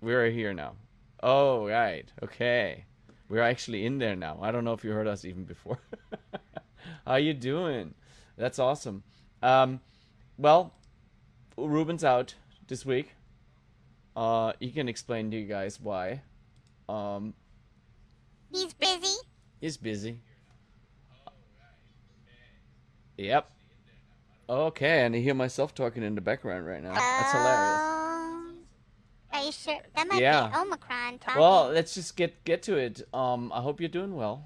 we're here now. Oh right, okay. We're actually in there now. I don't know if you heard us even before. How you doing? That's awesome. Um, well, Ruben's out this week. Uh, he can explain to you guys why. Um, He's busy. He's busy. Yep. Okay, and I hear myself talking in the background right now. That's hilarious. Um, Are you sure? That might be Yeah. Omicron talking. Well, let's just get get to it. Um, I hope you're doing well.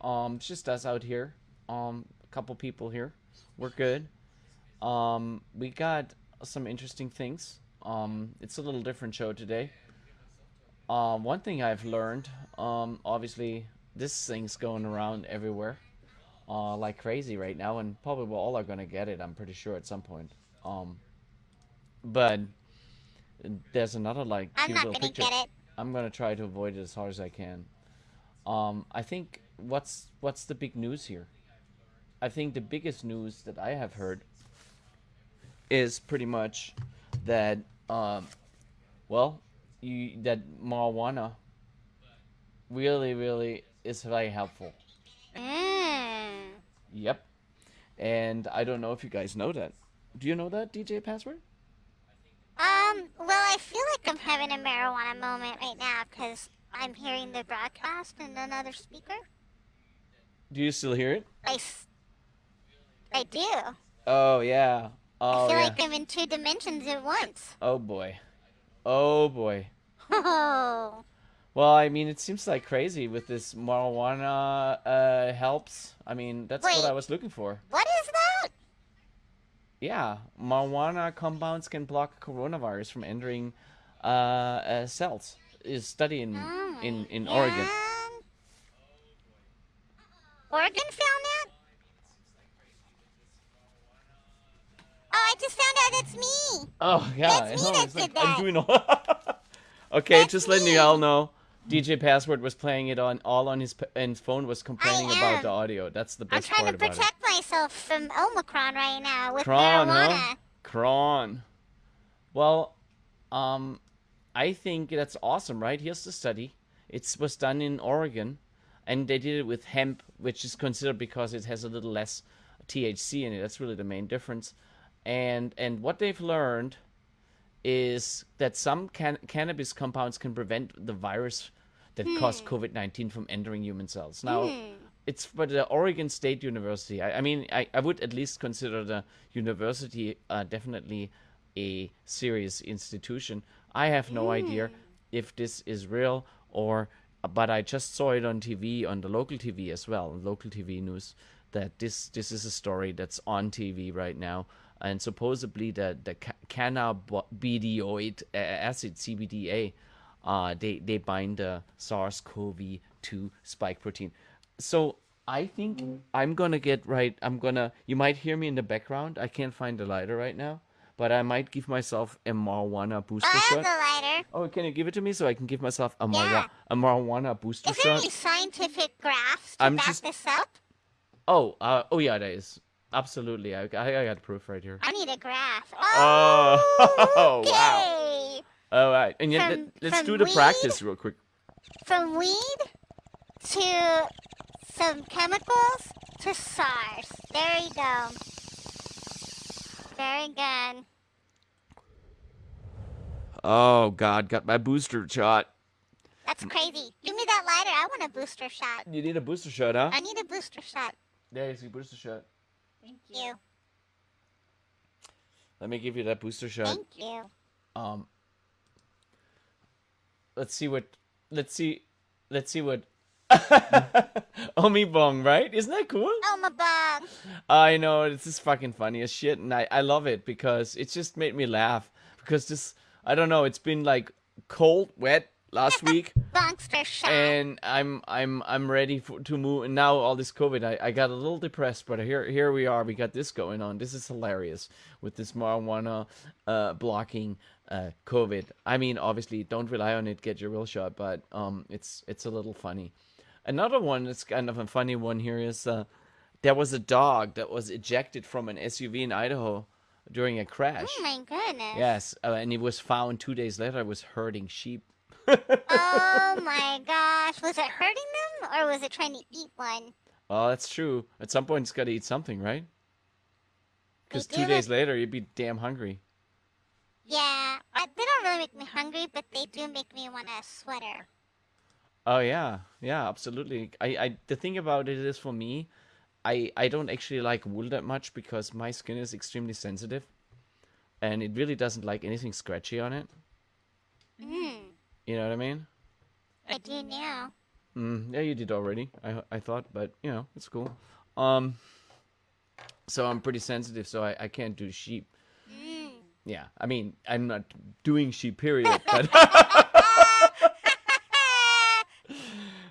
Um, it's just us out here. Um, a couple people here. We're good. Um, we got some interesting things. Um, it's a little different show today. Um, one thing I've learned, um, obviously, this thing's going around everywhere, uh, like crazy right now, and probably we all are gonna get it. I'm pretty sure at some point. Um, but there's another like I'm cute not little gonna picture. get it. I'm gonna try to avoid it as hard as I can. Um, I think what's what's the big news here? I think the biggest news that I have heard is pretty much that um, well, you that marijuana really really is very helpful. Mm. Yep. And I don't know if you guys know that. Do you know that DJ password? Um, well, I feel like I'm having a marijuana moment right now because I'm hearing the broadcast and another speaker. Do you still hear it? I, s- I do. Oh yeah. I Oh feel yeah. like I'm in two dimensions at once. Oh boy. Oh boy. Oh, Well, I mean, it seems like crazy with this marijuana uh, helps. I mean, that's what Wait. I was looking for. what is that? Yeah, marijuana compounds can block coronavirus from entering uh, uh, cells. Is study in Oh, in in my Oregon. God. Oregon found that? Oh, I just found out it's me. Oh yeah, That's I me know, that it's did like, I'm that. doing all. okay, That's just letting me. you all know. DJ Password was playing it on all on his p- and phone was complaining am. about the audio. That's the I'm best trying part to about it. protect myself from Omicron right now with Cron, marijuana. huh? Cron. Well, um, I think that's awesome, right? Here's the study. It was done in Oregon, and they did it with hemp, which is considered because it has a little less THC in it. That's really the main difference. And and what they've learned is that some can- cannabis compounds can prevent the virus that caused COVID 19 from entering human cells. Now, it's for the Oregon State University. I, I mean, I, I would at least consider the university uh, definitely a serious institution. I have no idea if this is real or, but I just saw it on TV, on the local TV as well, on local TV news, that this, this is a story that's on TV right now. And supposedly the, the ca- cannabidioid uh, acid, CBDA, uh, they they bind the SARS-CoV-2 spike protein. So I think I'm gonna get right. I'm gonna. You might hear me in the background. I can't find the lighter right now, but I might give myself a marijuana booster I have shot. the lighter. Oh, can you give it to me so I can give myself a, mara- Yeah. a marijuana booster Is there shot? any scientific graphs to I'm back just- this up? Oh, uh, oh yeah, there is. Absolutely, I, I, I got proof right here. I need a graph. Oh, Oh, okay. wow. All right, and yet, From- let, us from do the weed? practice real quick. From weed to some chemicals to SARS. There you go. Very good. Oh God, got my booster shot. That's crazy. Give me that lighter. I want a booster shot. You need a booster shot, huh? I need a booster shot. There is your booster shot. Thank you. Let me give you that booster shot. Thank you. Um, let's see what. Let's see. Let's see what. Omi Bong, right? Isn't that cool? Oh my bug. I know this is fucking funny as shit, and I I love it because it just made me laugh because this I don't know. It's been like cold, wet last week. Bongster shot. and I'm I'm I'm ready for, to move. And now all this COVID, I, I got a little depressed, but here here we are. We got this going on. This is hilarious with this marijuana uh, blocking uh, COVID. I mean, obviously, don't rely on it. Get your real shot, but um, it's it's a little funny. Another one that's kind of a funny one here is uh, there was a dog that was ejected from an SUV in Idaho during a crash. Oh my goodness. Yes, uh, and he was found two days later. Was herding sheep. Oh my gosh. Was it hurting them or was it trying to eat one? Well, that's true. At some point, it's got to eat something, right? Because They two do days it. later, you'd be damn hungry. Yeah. I, they don't really make me hungry, but they do make me want a sweater. Oh yeah, yeah, absolutely. I, I the thing about it is for me, I I don't actually like wool that much because my skin is extremely sensitive, and it really doesn't like anything scratchy on it. Mm. You know what I mean? I do now. Mm, yeah, you did already. I I thought, but you know, it's cool. Um, so I'm pretty sensitive, so I I can't do sheep. Mm. Yeah, I mean, I'm not doing sheep, period. But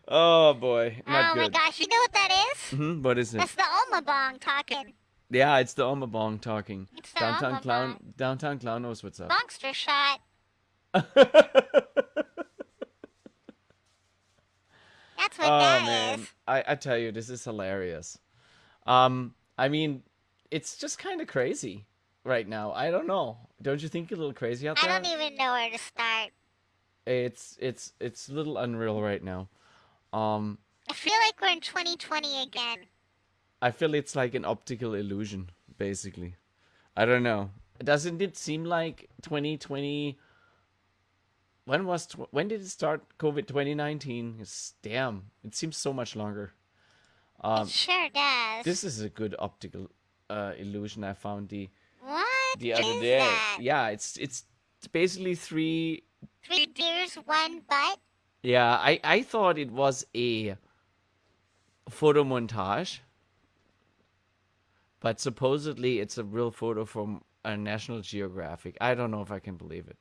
oh boy, oh not my good. gosh. You know what that is? Mhm, what is it? That's the Omabong talking. Yeah, it's the Omabong talking. It's the downtown Omabong. clown. Downtown clown knows what's up. Monster shot. That's what oh that is. man, I, I tell you, this is hilarious. Um, I mean, it's just kind of crazy right now. I don't know. Don't you think you're a little crazy out I there? don't even know where to start. It's it's it's a little unreal right now. Um, I feel like we're in 2020 again. I feel it's like an optical illusion, basically. I don't know. Doesn't it seem like 2020? When was tw- when did it start? COVID 2019. It's, damn, it seems so much longer. it sure does. Um, This is a good optical uh, illusion I found the what the other is day. that? Yeah, it's it's basically three. Three deers, one butt. Yeah, I I thought it was a photo montage, but supposedly it's a real photo from a National Geographic. I don't know if I can believe it,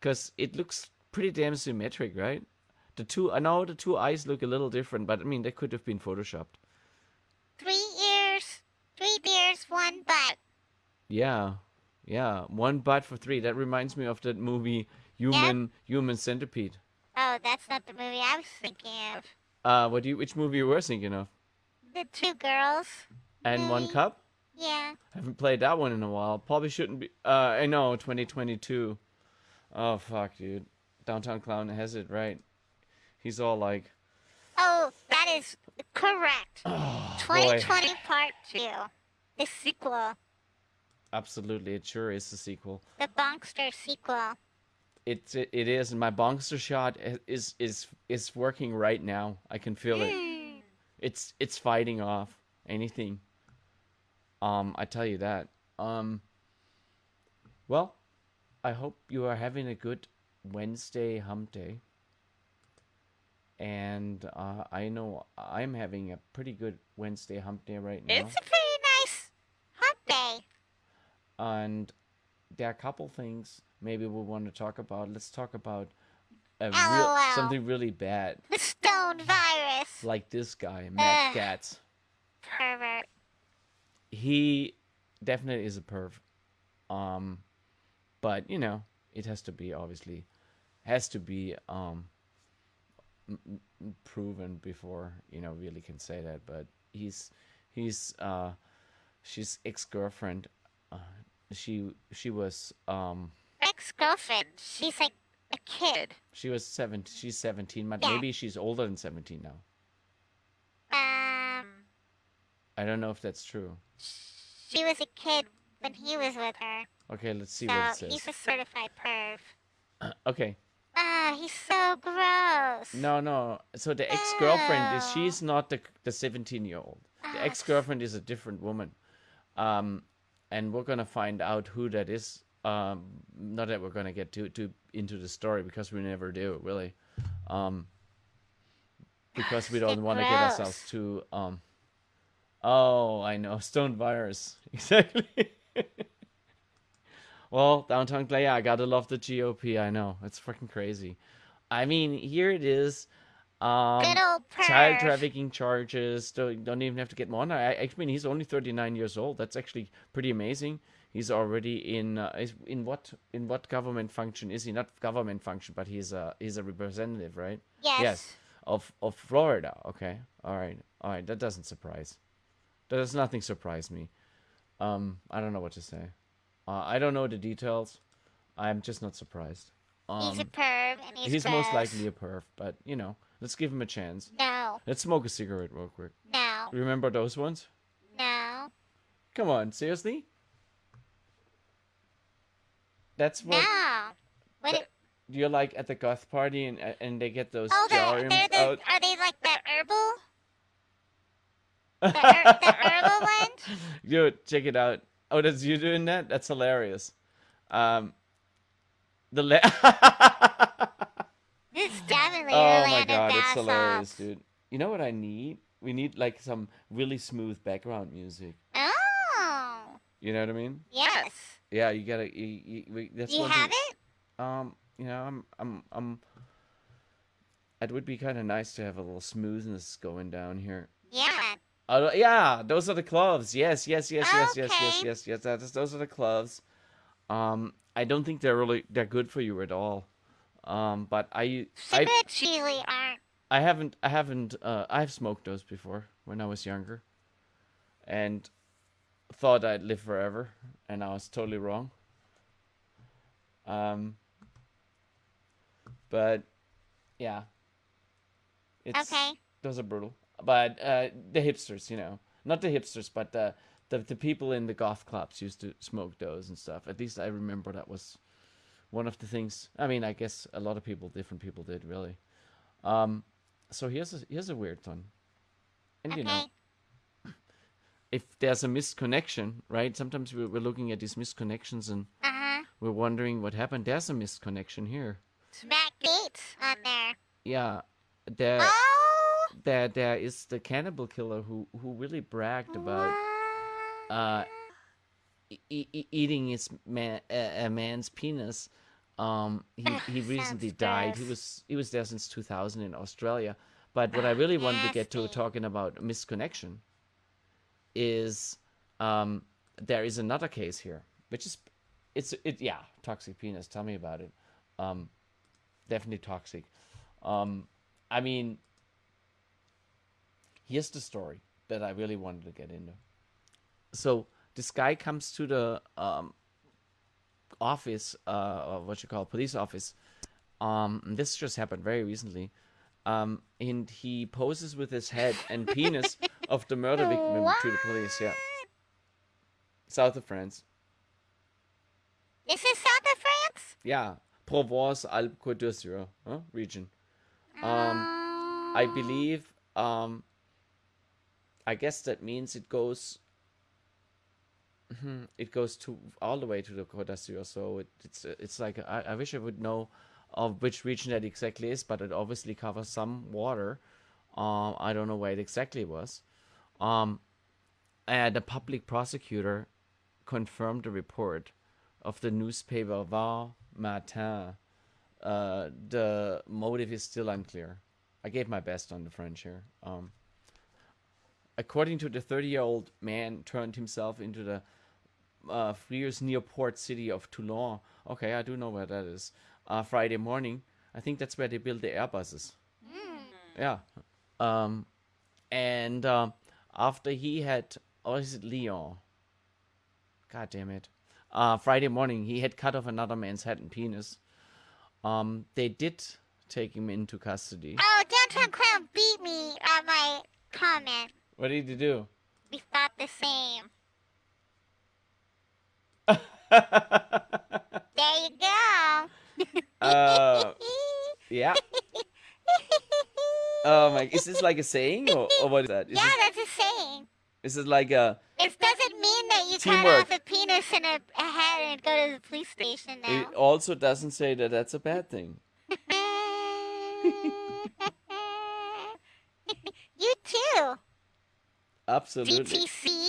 because it looks pretty damn symmetric, right? The two I know the two eyes look a little different, but I mean they could have been photoshopped. Three ears, three deers, one butt. Yeah, yeah. One bite for three. That reminds me of that movie Human Human Centipede. Oh, that's not the movie I was thinking of. Uh, what do you? Which movie you were thinking of? The two girls. And one Movie. cup. Yeah. Haven't played that one in a while. Probably shouldn't be. Uh, I know. Twenty twenty two. Oh fuck, dude. Downtown Clown has it right. He's all like, Oh, that is correct. oh, boy. 2020 part two. The sequel. Absolutely, it sure is the sequel. The Bonkster sequel. It's it, it is. And my bonkster shot i- is is is working right now. I can feel it. Hmm. it's it's fighting off anything. Um, I tell you that. Um, well, I hope you are having a good Wednesday hump day. And uh, I know I'm having a pretty good Wednesday hump day right now. It's a pretty nice hump day. and there are a couple things maybe we want to talk about. Let's talk about a real, LOL. something really bad, The stone virus. like this guy, Matt Ugh. Gatz. Pervert. he definitely is a perv. Um, but you know, it has to be obviously has to be um m- m- proven before you know really can say that. But he's he's uh she's ex girlfriend. Uh, she she was um Ex girlfriend. She's like a kid. she was seventeen. She's seventeen, but Yeah. maybe she's older than seventeen now. Um, I don't know if that's true. she was a kid when he was with her. Okay, let's see what it So he's says. a certified perv. Okay, Ah, he's so gross. No, no. So the ex-girlfriend is Oh. she's not the the 17-year-old. The Ah. ex-girlfriend is a different woman. Um and we're going to find out who that is. Um not that we're going to get too too into the story because we never do, really. Um because we So don't want to get ourselves too um Oh, I know. Stone virus. Exactly. Well, downtown Clay, I gotta love the GOP. I know it's fucking crazy. I mean, here it is. Um, Good old perv. child trafficking charges. Don't, don't even have to get more. on. I, I mean, he's only thirty nine years old. That's actually pretty amazing. He's already in uh, is- in what in what government function is he? Not government function, but he's a he's a representative, right? Yes. Of of Florida. Okay. All right. All right. That doesn't surprise. That does nothing surprise me. Um, I don't know what to say. Uh, I don't know the details. I'm just not surprised. Um, he's a perv and he's, he's most gross. likely a perv, but you know, let's give him a chance. No, Let's smoke a cigarette real quick. no, Remember those ones? no, Come on, seriously? That's what no. What? Th- you're like at the goth party and uh, and they get those oh, they're, germs they're the, out. are they like the herbal? The, er, the herbal one? Dude, check it out. Oh, that's you doing that? That's hilarious. Um, the la- This is definitely oh the my land god, of it's bass hilarious, salts. dude. You know what I need? We need like some really smooth background music. Oh, You know what I mean? yes. Yeah, you gotta. You, you, we, that's Do you one thing- have it? Um, you know, I'm, I'm, I'm. It would be kind of nice to have a little smoothness going down here. Yeah. Oh yeah, those are the clubs. Yes, yes, yes, yes, yes, yes, Okay. yes, yes. That is, those are the clubs. Um, I don't think they're really they're good for you at all. Um, but I I Cigarettes usually aren't. I haven't I haven't uh, I've smoked those before when I was younger, and thought I'd live forever, and I was totally wrong. Um, but yeah, it's Okay. those are brutal. But uh, the hipsters, you know, not the hipsters, but the, the the people in the goth clubs used to smoke those and stuff. At least I remember that was one of the things. I mean, I guess a lot of people, different people, did really. Um, so here's a, here's a weird one, and you know, Okay. if there's a misconnection, right? Sometimes we're, we're looking at these misconnections and Uh huh. we're wondering what happened. There's a misconnection here. Smack dates on there. Yeah, there oh. there there is the cannibal killer who who really bragged about. What? uh, e- e- e- eating his man, a, a man's penis. Um, he, Ugh, he recently sounds died. He gross. was he was there since 2000 in Australia. But what I really wanted to get to nasty. talking about misconnection is um, there is another case here, which is it's it yeah toxic penis. Tell me about it. Um, definitely toxic. Um, I mean, here's the story that I really wanted to get into. So this guy comes to the um, office, uh, or what you call police office. Um, and this just happened very recently. Um, and he poses with his head and penis of the murder victim to the police. Yeah, south of France. This is south of France. Yeah, Provence Alpes Côte d'Azur huh? region. Um, I Oh. believe. Um, I guess that means it goes. Hmm, it goes to all the way to the Côte d'Azur. So it, it's uh, it's like I, I wish I would know of which region that exactly is, but it obviously covers some water. Um, I don't know where it exactly was. Um, and the public prosecutor confirmed the report of the newspaper Var Matin. Uh, the motive is still unclear. I gave my best on the French here. Um, according to the 30-year-old man, turned himself into the uh, Friars near port city of Toulon. Okay, I do know where that is. Uh, Friday morning, I think that's where they build the Airbuses. Yeah. Um, and um, after he had, or is it Lyon? God damn it. Uh, Friday morning, he had cut off another man's head and penis. Um, they did take him into custody. Oh, Downtown Clown beat me on my comment. What did he do? We thought the same. There you go. uh, yeah. Oh my! Is this like a saying or, or what is that? Is, yeah, it, that's a saying. is it like a? It doesn't mean that you Teamwork. cut off a penis and a, a head and go to the police station now. It also doesn't say that that's a bad thing. you too. Absolutely. DTC.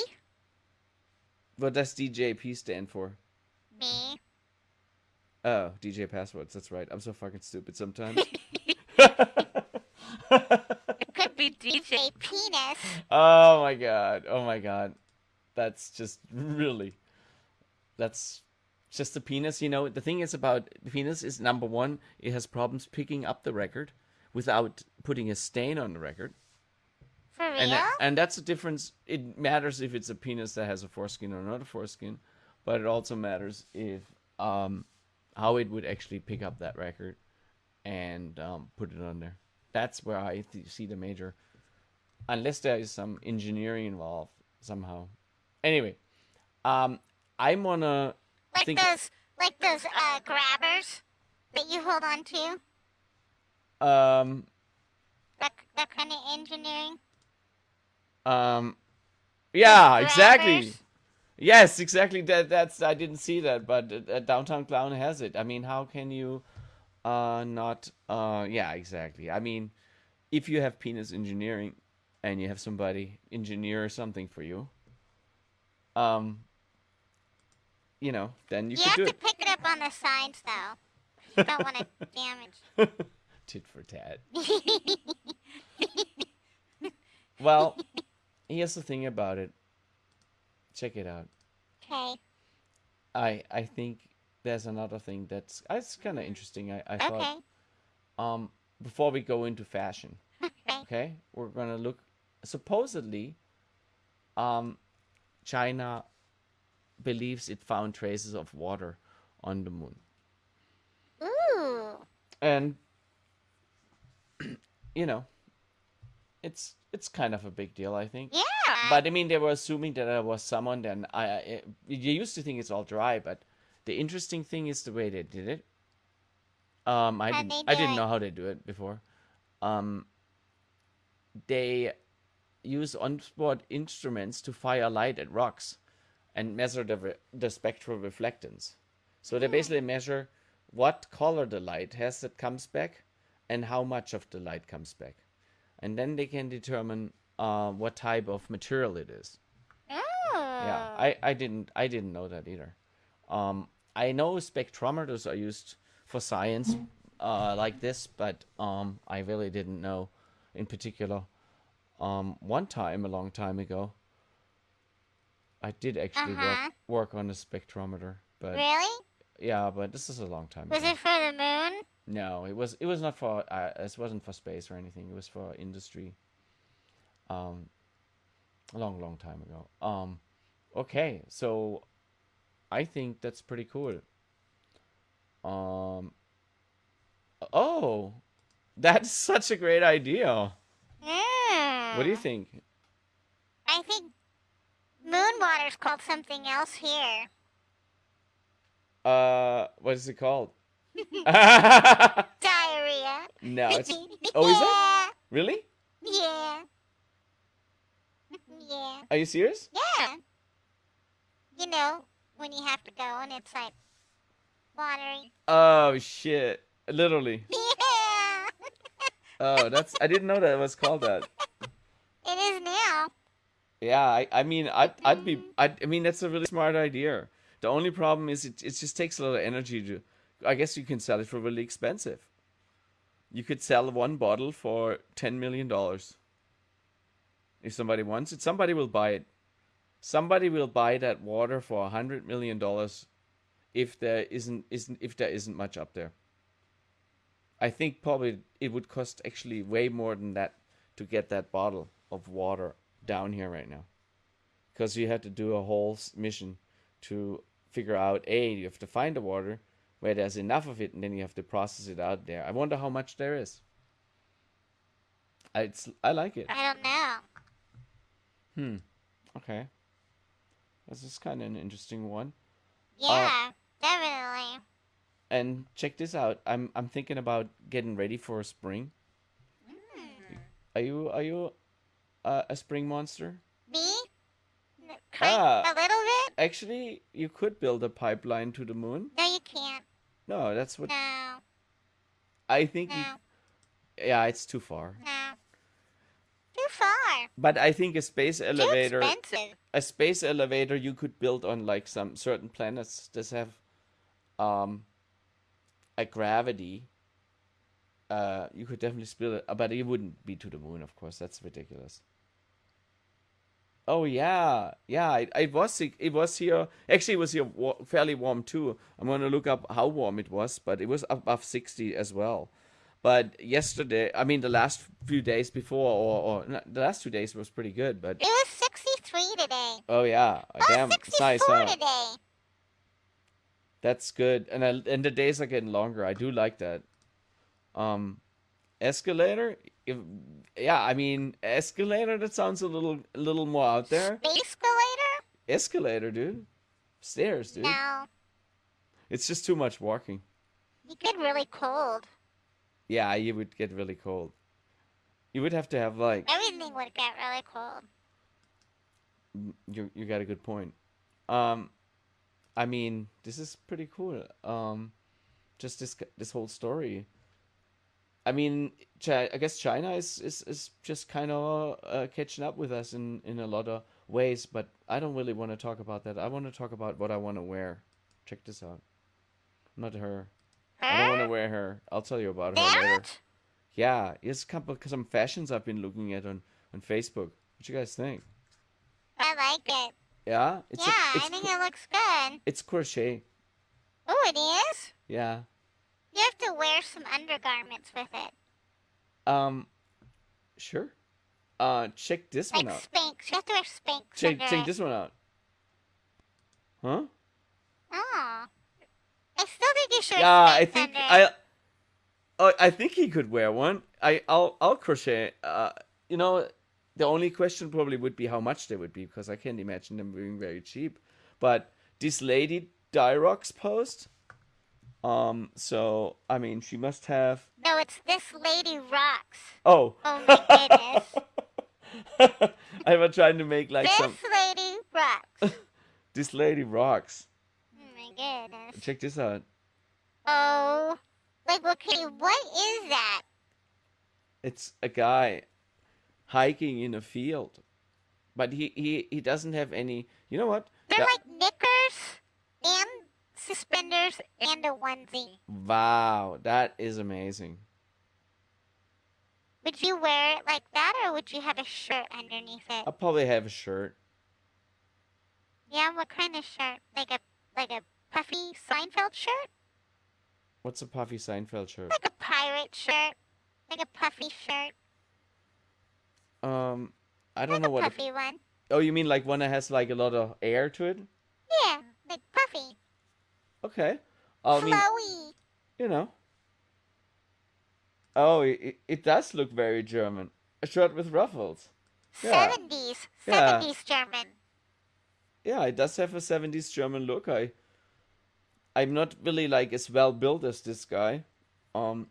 What does DJP stand for? Me. Oh, DJ passwords. That's right. I'm so fucking stupid sometimes. It could be DJ Penis. oh my god. Oh my god. That's just really. That's just the penis. You know, the thing is about the penis is number one, it has problems picking up the record without putting a stain on the record. For real? and uh, that- and that's the difference. It matters if it's a penis that has a foreskin or not a foreskin, but it also matters if um how it would actually pick up that record and um, put it on there. That's where I th- see the major, unless there is some engineering involved somehow. Anyway, um, I'm gonna like think. those, like those uh, grabbers that you hold on to. Um, That, that kind of engineering. um, yeah, exactly. Grabbers? Yes, exactly. That that's I didn't see that, but uh, uh, Downtown Clown has it. I mean, how can you, uh, not? Uh, yeah, exactly. I mean, if you have penis engineering, and you have somebody engineer something for you, um, you know, then you You, could have do to it. pick it up on the signs though. You don't want to damage. Tit for tat. well, here's the thing about it. Check it out. Okay. I I think there's another thing that's uh, it's kind of interesting. I, I Okay. thought um before we go into fashion, Okay. okay, we're gonna look supposedly um China believes it found traces of water on the moon. Ooh. and you know it's it's kind of a big deal i think Yeah. but i mean they were assuming that there was someone then i I- you used to think it's all dry but the interesting thing is the way they did it um i How'd didn't they i do didn't it? know how they do it before um they use onboard instruments to fire light at rocks and measure the, re- the spectral reflectance. So they basically measure what color the light has that comes back and how much of the light comes back. And then they can determine uh, what type of material it is. Ooh. Yeah, Uh, I, I didn't I didn't know that either. Um, I know spectrometers are used for science Mm-hmm. uh, like this, but um, I really didn't know in particular. Um, one time, a long time ago, I did actually Uh-huh. work, work on a spectrometer, but Really? yeah, but this is a long time Was ago. it for the moon? No, it was it was not for uh, it wasn't for space or anything. It was for industry. Um, a long, long time ago. Um, okay, so I think that's pretty cool. Um, oh, that's such a great idea. Mm. What do you think? I think moon water's called something else here. Uh, what is it called? Diarrhea. no, it's oh, is it really? Yeah. Yeah. Yeah. Are you serious? Yeah. You know, when you have to go and it's like watery. Oh shit! Literally. Yeah. Oh, that's I didn't know that it was called that. It is now. Yeah, I, I mean, I'd, I'd be, I'd, I mean, that's a really smart idea. The only problem is it, it just takes a lot of energy to, I guess you can sell it for really expensive. You could sell one bottle for $10 million. If somebody wants it, somebody will buy it. Somebody will buy that water for $100 million if there isn't, isn't, if there isn't much up there. I think probably it would cost actually way more than that to get that bottle of water down here right now. Because you had to do a whole s- mission to figure out A, you have to find the water where there's enough of it, and then you have to process it out there. I wonder how much there is. I, it's, I like it. I don't know. Uh. Okay. This is kind of an interesting one. Yeah, definitely. And check this out. I'm, I'm thinking about getting ready for spring. Are you are you uh, a spring monster? Me? N- Kind Ah. a little bit? Actually, you could build a pipeline to the moon. No, you can't. No, that's what No, I think. You, no, yeah, it's too far. no. Too far. But I think a space Too elevator, expensive. a space elevator, you could build on like some certain planets that have, um, a gravity. Uh, you could definitely build it, uh, but it wouldn't be to the moon, of course. That's ridiculous. Oh yeah, yeah. It, it was it was here. Actually, it was here wa- fairly warm too. I'm gonna look up how warm it was, but it was above sixty as well. But yesterday, I mean, the last few days before, or, or not- the last two days was pretty good. But It was 63 today. oh yeah, Oh, damn, it's 64 nice. huh? today. That's good. And I, and the days are getting longer. I do like that. Um escalator? If, yeah, I mean escalator that sounds a little a little more out there. Escalator? Escalator, dude. Stairs, dude. No. It's just too much walking. You get really cold. Yeah, you would get really cold. You would have to have like Everything would get really cold. you you got a good point. Um I mean, this is pretty cool. Um just this this whole story. I mean, Chi I guess China is, is, is just kind of uh, catching up with us in, in a lot of ways, but I don't really want to talk about that. I want to talk about what I want to wear. Check this out. Not her. I don't want Huh? to wear her. I'll tell you about her That? later. Yeah, it's a couple some fashions I've been looking at on, on Facebook. What you guys think? I like it. Yeah, it's yeah, a, I it's think cro- it looks good. it's crochet. Oh, it is? Yeah. You have to wear some undergarments with it. Um, sure. Uh, check this one Like out. Spanx. You have to wear Spanx Check under check it. this one out. Huh? Oh. I still think you should wear Yeah, I Spanx think under it. I. Oh, I think he could wear one. I I'll I'll crochet. Uh, you know, the only question probably would be how much they would be because I can't imagine them being very cheap. But this lady Dyrox post. Um. So I mean, she must have. No, it's this lady rocks. Oh. Oh my goodness. I was trying to make like this some. lady rocks. This lady rocks. Oh my goodness. Check this out. Oh. Like, okay, what is that? It's a guy hiking in a field, but he he he doesn't have any. You know what? They're That- like knickers and suspenders and a onesie. wow, that is amazing. Would you wear it like that or would you have a shirt underneath it? I'll probably have a shirt. Yeah, what kind of shirt? Like a like a puffy Seinfeld shirt? What's a puffy Seinfeld shirt? Like a pirate shirt? Like a puffy shirt? Um, I don't Like know a what. A, puffy one. oh, you mean like one that has like a lot of air to it? Yeah, like puffy. Okay. Oh, I mean, flowy. you know. Oh, it, it does look very German. A shirt with ruffles. Yeah. 70s. Yeah. 70s German. Yeah, it does have a 70s German look. I I'm not really like as well built as this guy. Um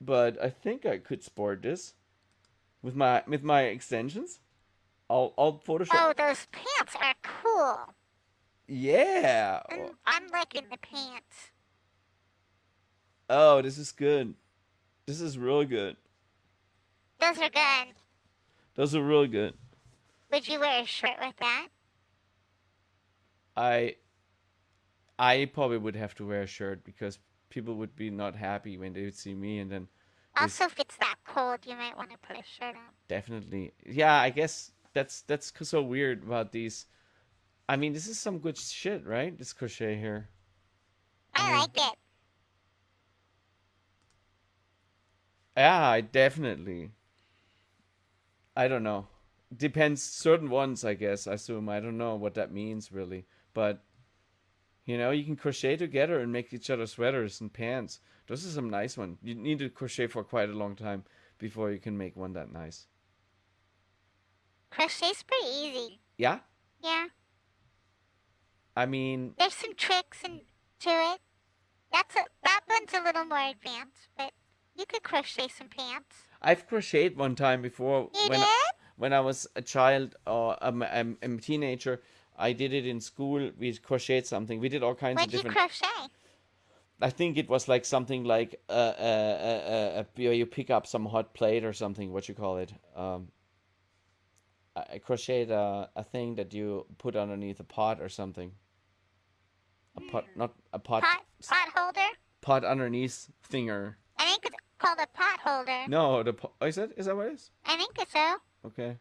but I think I could sport this with my with my extensions. I'll I'll Photoshop. Oh, those pants are cool. Yeah. I'm, I'm liking the pants. Oh, this is good. This is real good. Those are good. Those are real good. Would you wear a shirt with that? I I probably would have to wear a shirt because people would be not happy when they would see me and then Yes. Also, if it's that cold, you might want to put a shirt on. Definitely. Yeah, I guess that's that's c- so weird about these. I mean, this is some good shit, right? This crochet here. I Mm. like it. Yeah, I definitely. I don't know. Depends certain ones, I guess. I assume I don't know what that means really, but you know, you can crochet together and make each other sweaters and pants. Those are some nice ones. You need to crochet for quite a long time before you can make one that nice. Crochet's pretty easy. Yeah, Yeah. I mean, There's some tricks and to it. That's a, that one's a little more advanced, but you could crochet some pants. I've crocheted one time before You when did? when I was a child or a, a, a teenager. I did it in school. We crocheted something. We did all kinds of What'd you different. crochet? I think it was like something like uh, uh, uh, uh, you you pick up some hot plate or something. What you call it? Um, I I crocheted a, a thing that you put underneath a pot or something. A pot, not a pot, Pot pot holder? pot underneath thinger. I think it's called a pot holder. No, the po- oh, is that is that what it is? I think it's so. Okay,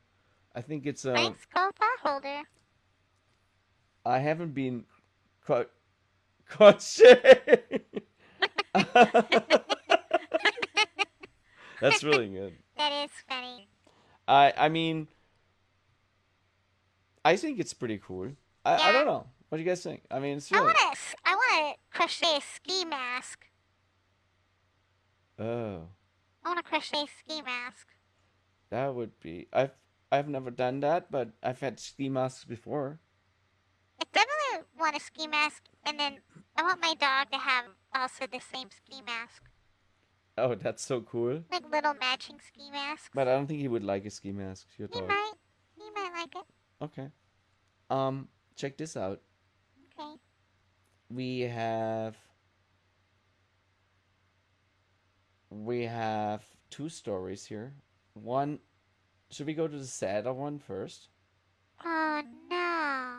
I think it's I um. think it's called pot holder. I haven't been cro- crochet. That's really good. That is funny. I I mean, I think it's pretty cool. I, I Yeah. don't know. What do you guys think? I mean, it's I really. want to. I want to crochet a ski mask. Oh, I want to crochet a ski mask. that would be. I've I've never done that, but I've had ski masks before. I definitely want a ski mask, and then I want my dog to have also the same ski mask, Oh, that's so cool. like little matching ski masks. But I don't think he would like a ski mask. Your he dog. might. He might like it. Okay. Um, check this out. Okay. We have. We have two stories here. One, should we go to the sadder one first, Oh no.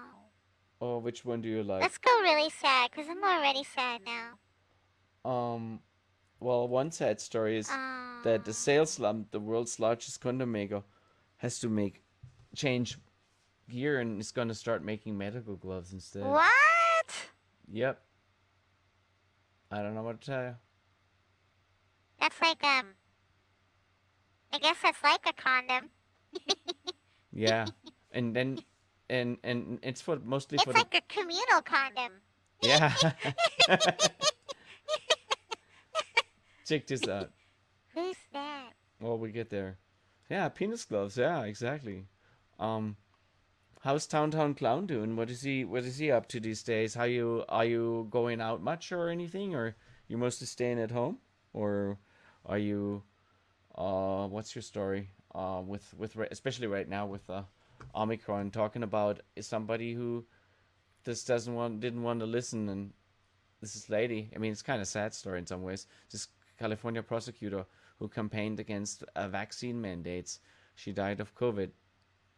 or which one do you like? Let's go really sad, cause I'm already sad now. Um, well, one sad story is Oh. that the sales slump, the world's largest condom maker, has to make change gear and is going to start making medical gloves instead. What? Yep. I don't know what to tell you. That's like um. I guess that's like a condom. Yeah, and then and and it's for mostly It's for like a communal condom. the yeah. Check this out. Who's that? Well, we get there. Yeah, penis gloves. Yeah, exactly. Um, how's Towntown Clown doing? What is he? What is he up to these days? How you are you going out much or anything, or you mostly staying at home, or are you? Uh, what's your story? Uh, with with ri- especially right now with uh, Omicron, talking about is somebody who just doesn't want didn't want to listen and this is lady. I mean, it's kind of sad story in some ways. This California prosecutor who campaigned against uh, vaccine mandates, she died of COVID.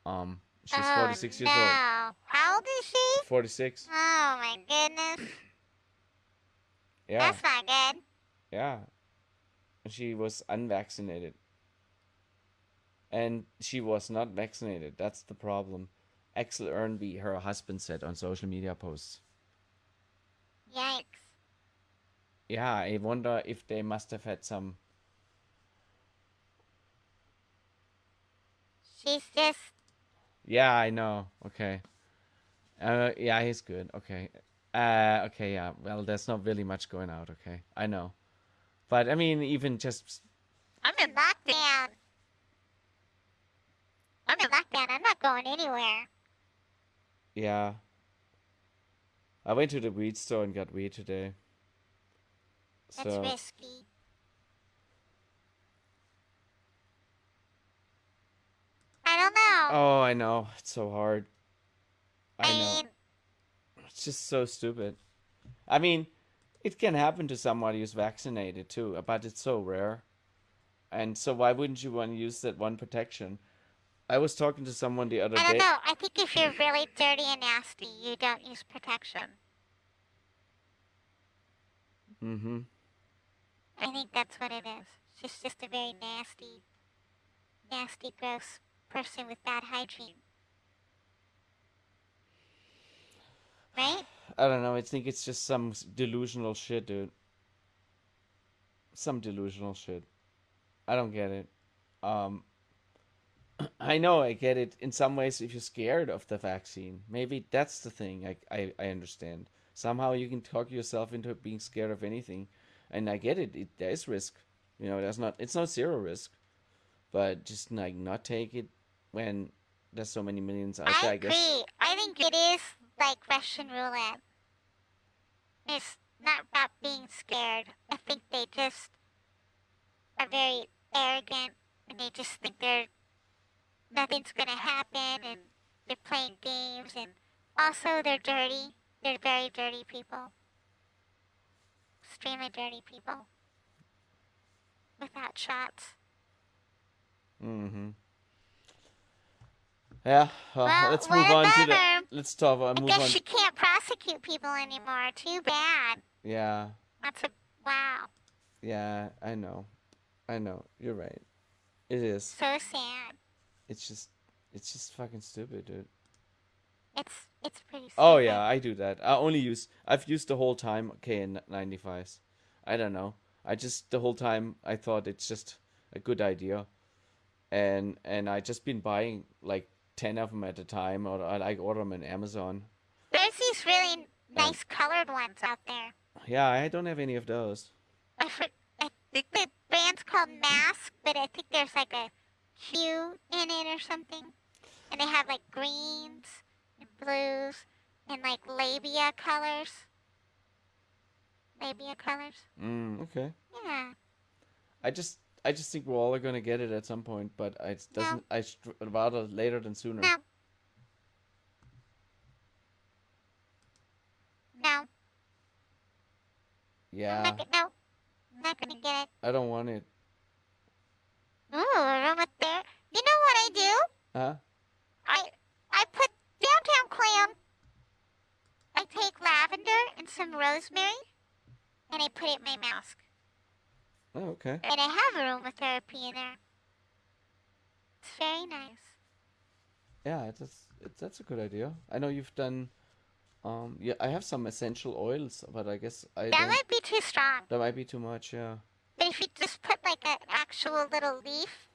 Um, she's oh, 46 no. years old. How old is she? 46. Oh my goodness. Yeah, That's not good. yeah. She was unvaccinated, and she was not vaccinated. That's the problem. Axel Earnby, her husband, said on social media posts. Yikes. Yeah, I wonder if they must have had some. She's just Yeah, I know. Okay. Uh, yeah, he's good. Okay. Uh, okay, yeah. Well, there's not really much going out. Okay, I know. But I mean, even just I'm in lockdown. I'm in lockdown. I'm not going anywhere. yeah. I went to the weed store and got weed today. That's So risky. I don't know. oh, I know. It's so hard. I know. mean, It's just so stupid. I mean, it can happen to somebody who's vaccinated too, but it's so rare. And so, why wouldn't you want to use that one protection? I was talking to someone the other I don't day. know. I think if you're really dirty and nasty, you don't use protection. Mm-hmm. I think that's what it is. She's just a very nasty, nasty, gross person with bad hygiene. Right? I don't know. I think it's just some s- delusional shit, dude. Some delusional shit. I don't get it. Um, I know I get it. In some ways, if you're scared of the vaccine, maybe that's the thing. I, I, I understand. Somehow you can talk yourself into being scared of anything, and I get it. it there is risk. You know, there's not. It's not zero risk, but just like not take it when there's so many millions out there. I I guess. agree. I think it is like Russian roulette. It's not about being scared. I think they just are very arrogant and they just think they're nothing's gonna happen and they're playing games and also they're dirty. They're very dirty people. Extremely dirty people. Without shots. Mm-hmm. Yeah, well, Well, let's what move on to about the. her? Let's talk. Uh, I move on. guess you can't prosecute people anymore. Too bad. Yeah, That's a wow. yeah, I know, I know. You're right. It is. So sad. It's just, it's just fucking stupid, dude. It's it's pretty. Stupid. Oh yeah, I do that. I only use. I've used the whole time KN95s. I don't know. I just the whole time I thought it's just a good idea. And and I just been buying like ten of them at a time, or I like order them on Amazon. There's these really nice colored ones out there. Yeah, I don't have any of those. I, for, I think the brand's called Mask, but I think there's like a hue in it or something. And they have like greens and blues and like labia colors. Labia colors? Mm, okay. Yeah. I just I just think we're all gonna get it at some point, but I it doesn't. I str- rather later than sooner. No. No. I'm Yeah, not, go- no. I'm not gonna get it. I don't want it. Ooh, aromatherapy. You know what I do? Huh? I I put downtown clam. I take lavender and some rosemary, and I put it in my mask. Oh, okay. And I have aromatherapy in there. It's very nice. Yeah, it's, it's, it's that's a good idea. I know you've done. Um, yeah, I have some essential oils, but I guess I That don't, might be too strong. that might be too much. Yeah. But if you just put like an actual little leaf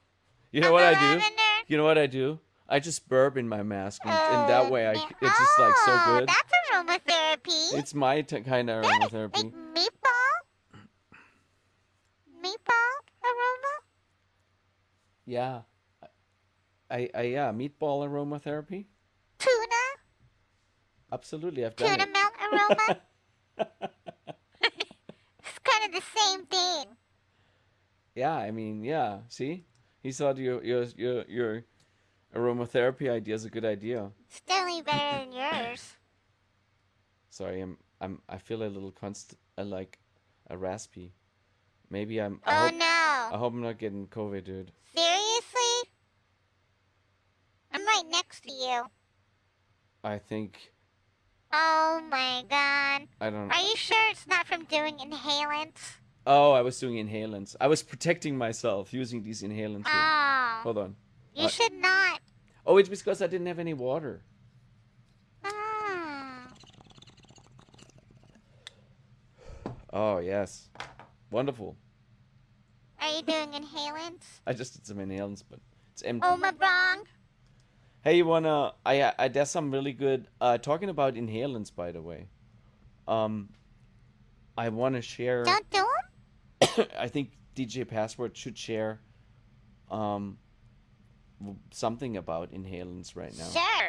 You know of what the I do? lavender, You know what I do? I just burp in my mask, and, and that way I, c- it's just like so oh, good. That's aromatherapy. It's my t- kind of That is aromatherapy. like meatball, meatball aroma. Yeah. I, I yeah, meatball aromatherapy. tuna, Absolutely, I've done tuna it. melt aroma. it's kind of the same thing. Yeah, I mean, yeah. See, he thought your your your your aromatherapy idea is a good idea. It's definitely better than yours. Sorry, I'm I'm I feel a little const uh, like a raspy. Maybe I'm. I Oh hope, I no! hope I'm not getting COVID, dude. Seriously? I'm right next to you. I think Oh my god. I don't. Are you sure it's not from doing inhalants? Oh, I was doing inhalants. I was protecting myself using these inhalants. Here. Oh, Hold on. you should not. Oh, it's because I didn't have any water. Oh. Oh yes, wonderful. Are you doing inhalants? I just did some inhalants, but it's empty. Oh my wrong. Hey, you wanna? I, I there's some really good. Uh, talking about inhalants, by the way. Um, I wanna share. Don't do them. I think DJ Password should share. Um, w- something about inhalants right now. Sure.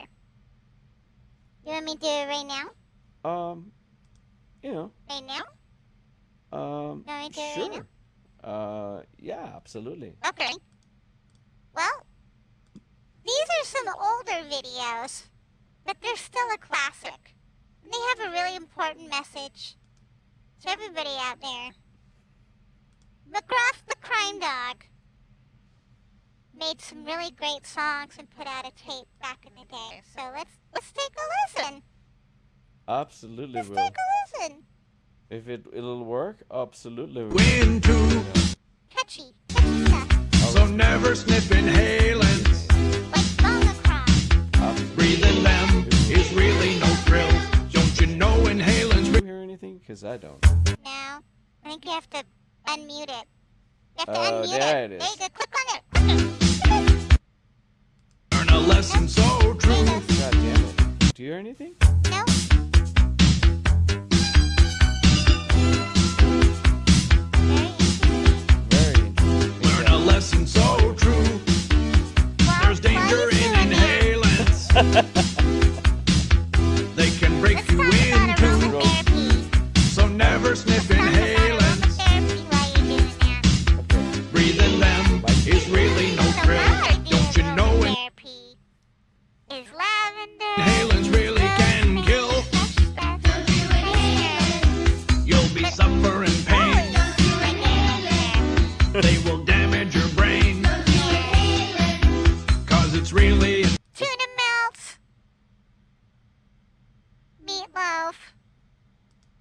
You want me to do it right now? Um, you know. Right now? Um, Can I do it right now? sure. Uh, yeah, absolutely. Okay. Well, these are some older videos, but they're still a classic. And they have a really important message to everybody out there. McGruff the Crime Dog made some really great songs and put out a tape back in the day. So let's let's take a listen. Absolutely Let's will. take a listen. If it it'll work, absolutely. Will. Wind too, Catchy, catchy stuff. so never sniff inhalants. Like Bonacron. Breathing them is really no thrill. Don't you know inhalants? Do you hear anything? Cause I don't. No. I think you have to unmute it. You have to Oh, unmute there it. it There is. you go. Click on it. Click on it. Click on it. Learn a lesson so There you go. true. God damn it. Do you hear anything? No. Very interesting. Very interesting. Learn a lesson so true. Well, while There's danger he's in doing that, inhalants. They can break Let's you in talk about two, aromatherapy. so never sniff Talk about inhalants. aromatherapy while you're doing that. Okay. Breathing them is really no So thrill. my idea Don't you of know in- aromatherapy is lavender. inhalants really can rosemary, kill? fresh breath, fragrance. You'll be suffering pain. Like aromatherapy. They will damage your brain. Cause it's really Tuna melt. Meatloaf.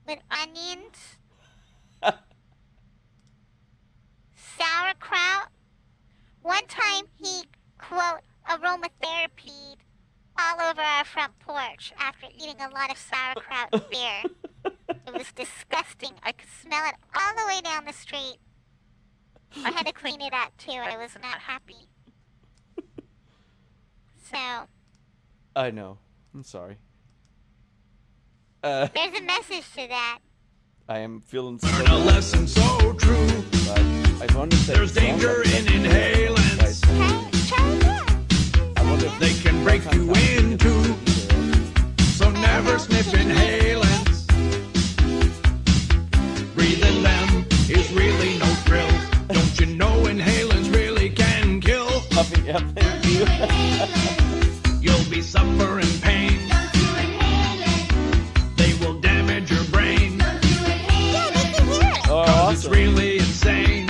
With onions. sauerkraut. One time he, quote, aromatherapied all over our front porch after eating a lot of sauerkraut and beer. It was disgusting. I could smell it all the way down the street. I had to clean it up too. I was not happy. So I know. I'm sorry. Uh, there's a message to that. I am feeling Learn a so lesson so true. bad. I wonder if that There's song danger that- in inhalants. Try, try again. I wonder if They can break you in two. So never sniff inhalants. Breathing them is really no thrill. Don't you know inhalants really can kill? Puffy, yeah, thank you. You'll be suffering pain. They will damage your brain. Yeah, they can hear it. Oh, Cause it's awesome. really insane.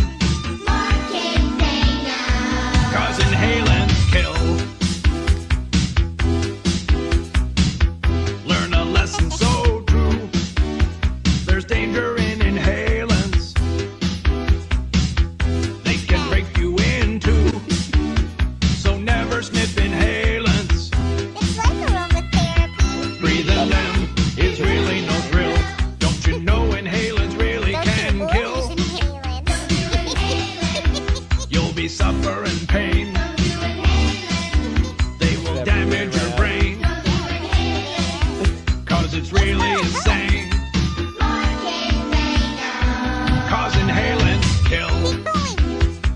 Cause inhalants kill. Learn a lesson so true. There's danger in inhalants. They can break you in two. So never sniff inhalants. It's like aromatherapy. Breathing them is really no thrill. Don't you know inhalants really Those can are kill? orders inhalants. You'll be suffering pain. They will damage your brain. Cause it's really insane. Cause inhalants kill. People in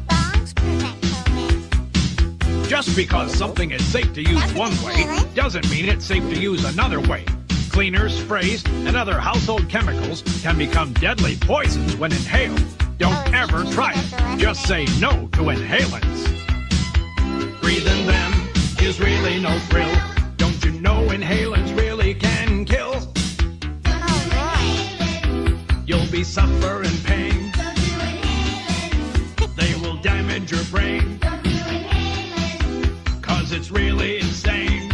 bongs prevent COVID. Just because something is safe to use one way doesn't mean it's safe to use another way. Cleaners, sprays, and other household chemicals can become deadly poisons when inhaled. Don't ever try it. Just say no to inhalants. Breathing them is really no thrill. Don't you know inhalants really can kill? Oh, Lord. You'll be suffering pain. They will damage your brain. Cause it's really insane.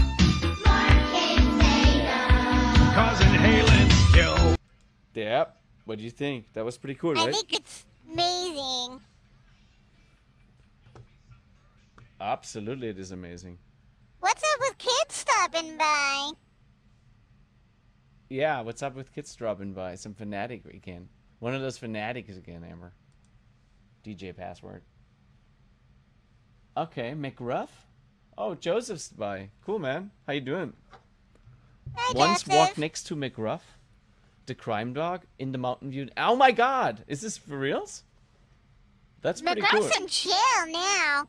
Cause inhalants kill. Yep. What do you think? That was pretty cool, I right? think it's amazing. Absolutely, it is amazing. What's up with kids stopping by? Yeah, what's up with kids dropping by? Some fanatic again. One of those fanatics again, Amber. DJ password. Okay, McRuff. Oh, Joseph's by. Cool, man. How you doing? Hi, Once Joseph. walked next to McRuff, the crime dog in the Mountain View. Oh my God! Is this for reals? That's pretty cool. McGruff's in jail now.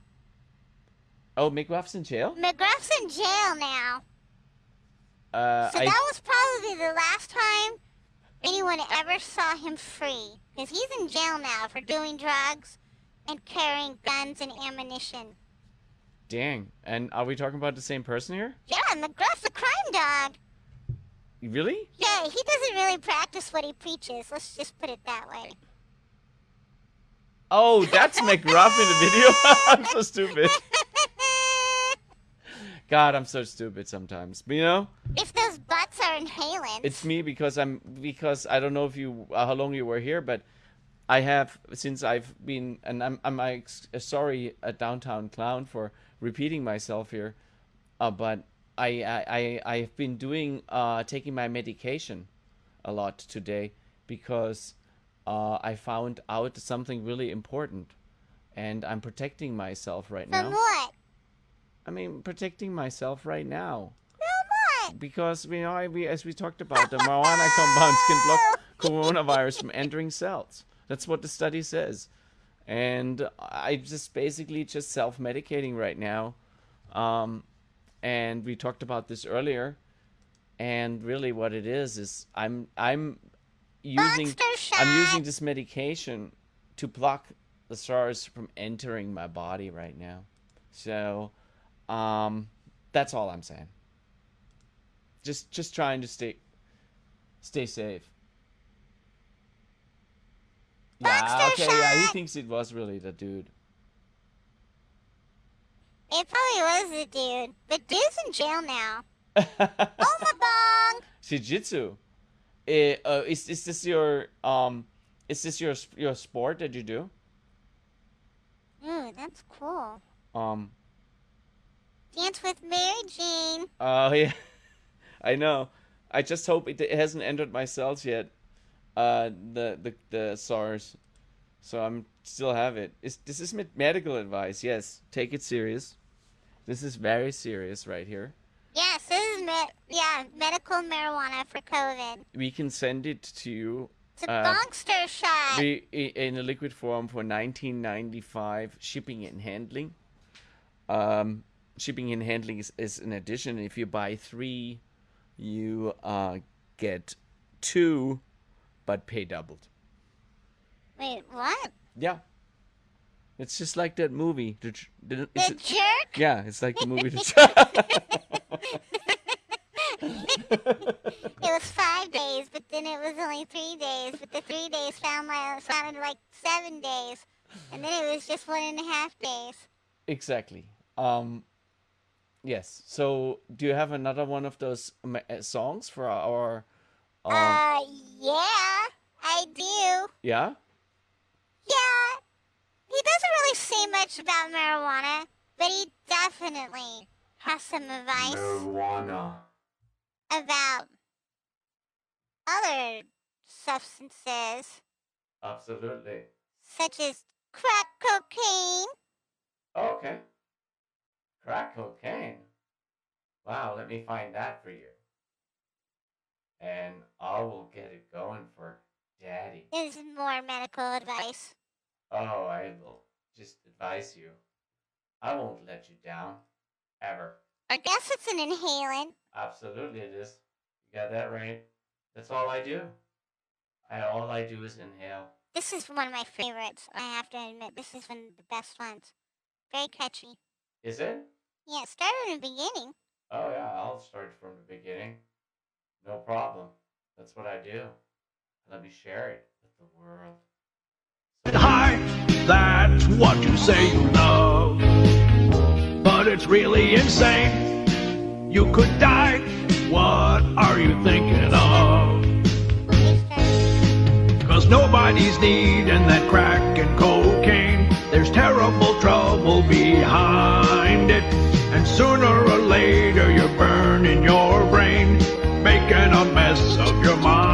Oh, McRuff's in jail. McGruff's in jail now. Uh, So I, that was probably the last time anyone ever saw him free. Because he's in jail now for doing drugs and carrying guns and ammunition. dang. And are we talking about the same person here? Yeah, McGruff's a crime dog. Really? Yeah, he doesn't really practice what he preaches. Let's just put it that way. Oh, that's McRuff in the video. I'm so stupid. God, I'm so stupid sometimes. But you know, if those butts are inhalants. it's me because I'm because I don't know if you uh, how long you were here, but I have since I've been and I'm I'm a, a sorry a downtown clown for repeating myself here, uh, but I I I I've been doing uh taking my medication a lot today because uh I found out something really important, and I'm protecting myself right now. From what? I mean, protecting myself right now From what? because you know, I, we, as we talked about, the marijuana compounds can block coronavirus from entering cells. That's what the study says, and I just basically just self-medicating right now. Um, and we talked about this earlier, and really, what it is is I'm I'm using Monster I'm using shot. this medication to block the SARS from entering my body right now. So, um, that's all I'm saying just just trying to stay stay safe. Yeah, Boxster okay, yeah, he shot! thinks it was really the dude. It probably was the dude. The dude's in jail now. Oh my bong! Shijitsu. Eh, uh, is is this your um is this your s- your sport that you do? Ooh, that's cool. Um Dance with Mary Jane. oh yeah. I know. I just hope it, it hasn't entered my cells yet. Uh the the the SARS. So I'm still have it. It's, this is med- medical advice. Yes, take it serious. This is very serious right here. Yes, this is med- yeah medical marijuana for COVID. We can send it to you It's a Uh, gongster shot. we, i- in a liquid form for 1995 shipping and handling. Um, shipping and handling is, is an addition. If you buy three, you uh, get two, but pay doubled. Wait, what? Yeah. It's just like that movie. The, tr- the, it's- The jerk? yeah, it's like the movie. that's- It was five days, but then it was only three days. But the three days sound like, sounded like seven days. And then it was just one and a half days. exactly. Um, yes. So, do you have another one of those ma- uh, songs for our? our um, Uh, yeah, I do. yeah. Yeah, he doesn't really say much about marijuana, but he definitely has some advice Marijuana. about other substances, Absolutely. such as crack cocaine. Okay. Crack cocaine. Wow, let me find that for you. And I will get it going for daddy. This is more medical advice. Oh, I will just advise you. I won't let you down. Ever. I guess it's an inhalant. Absolutely it is. You got that right. That's all I do. I all I do is inhale. This is one of my favorites. I have to admit, this is one of the best ones. Very catchy. Is it? Yeah, start in the beginning. Oh yeah, I'll start from the beginning. No problem. That's what I do. Let me share it with the world. Hi, that's what you say you love. But it's really insane. You could die. What are you thinking of? You start- Cause nobody's needing that crack and cocaine. There's terrible trouble behind it. And sooner or later you're burning your brain, making a mess of your mind.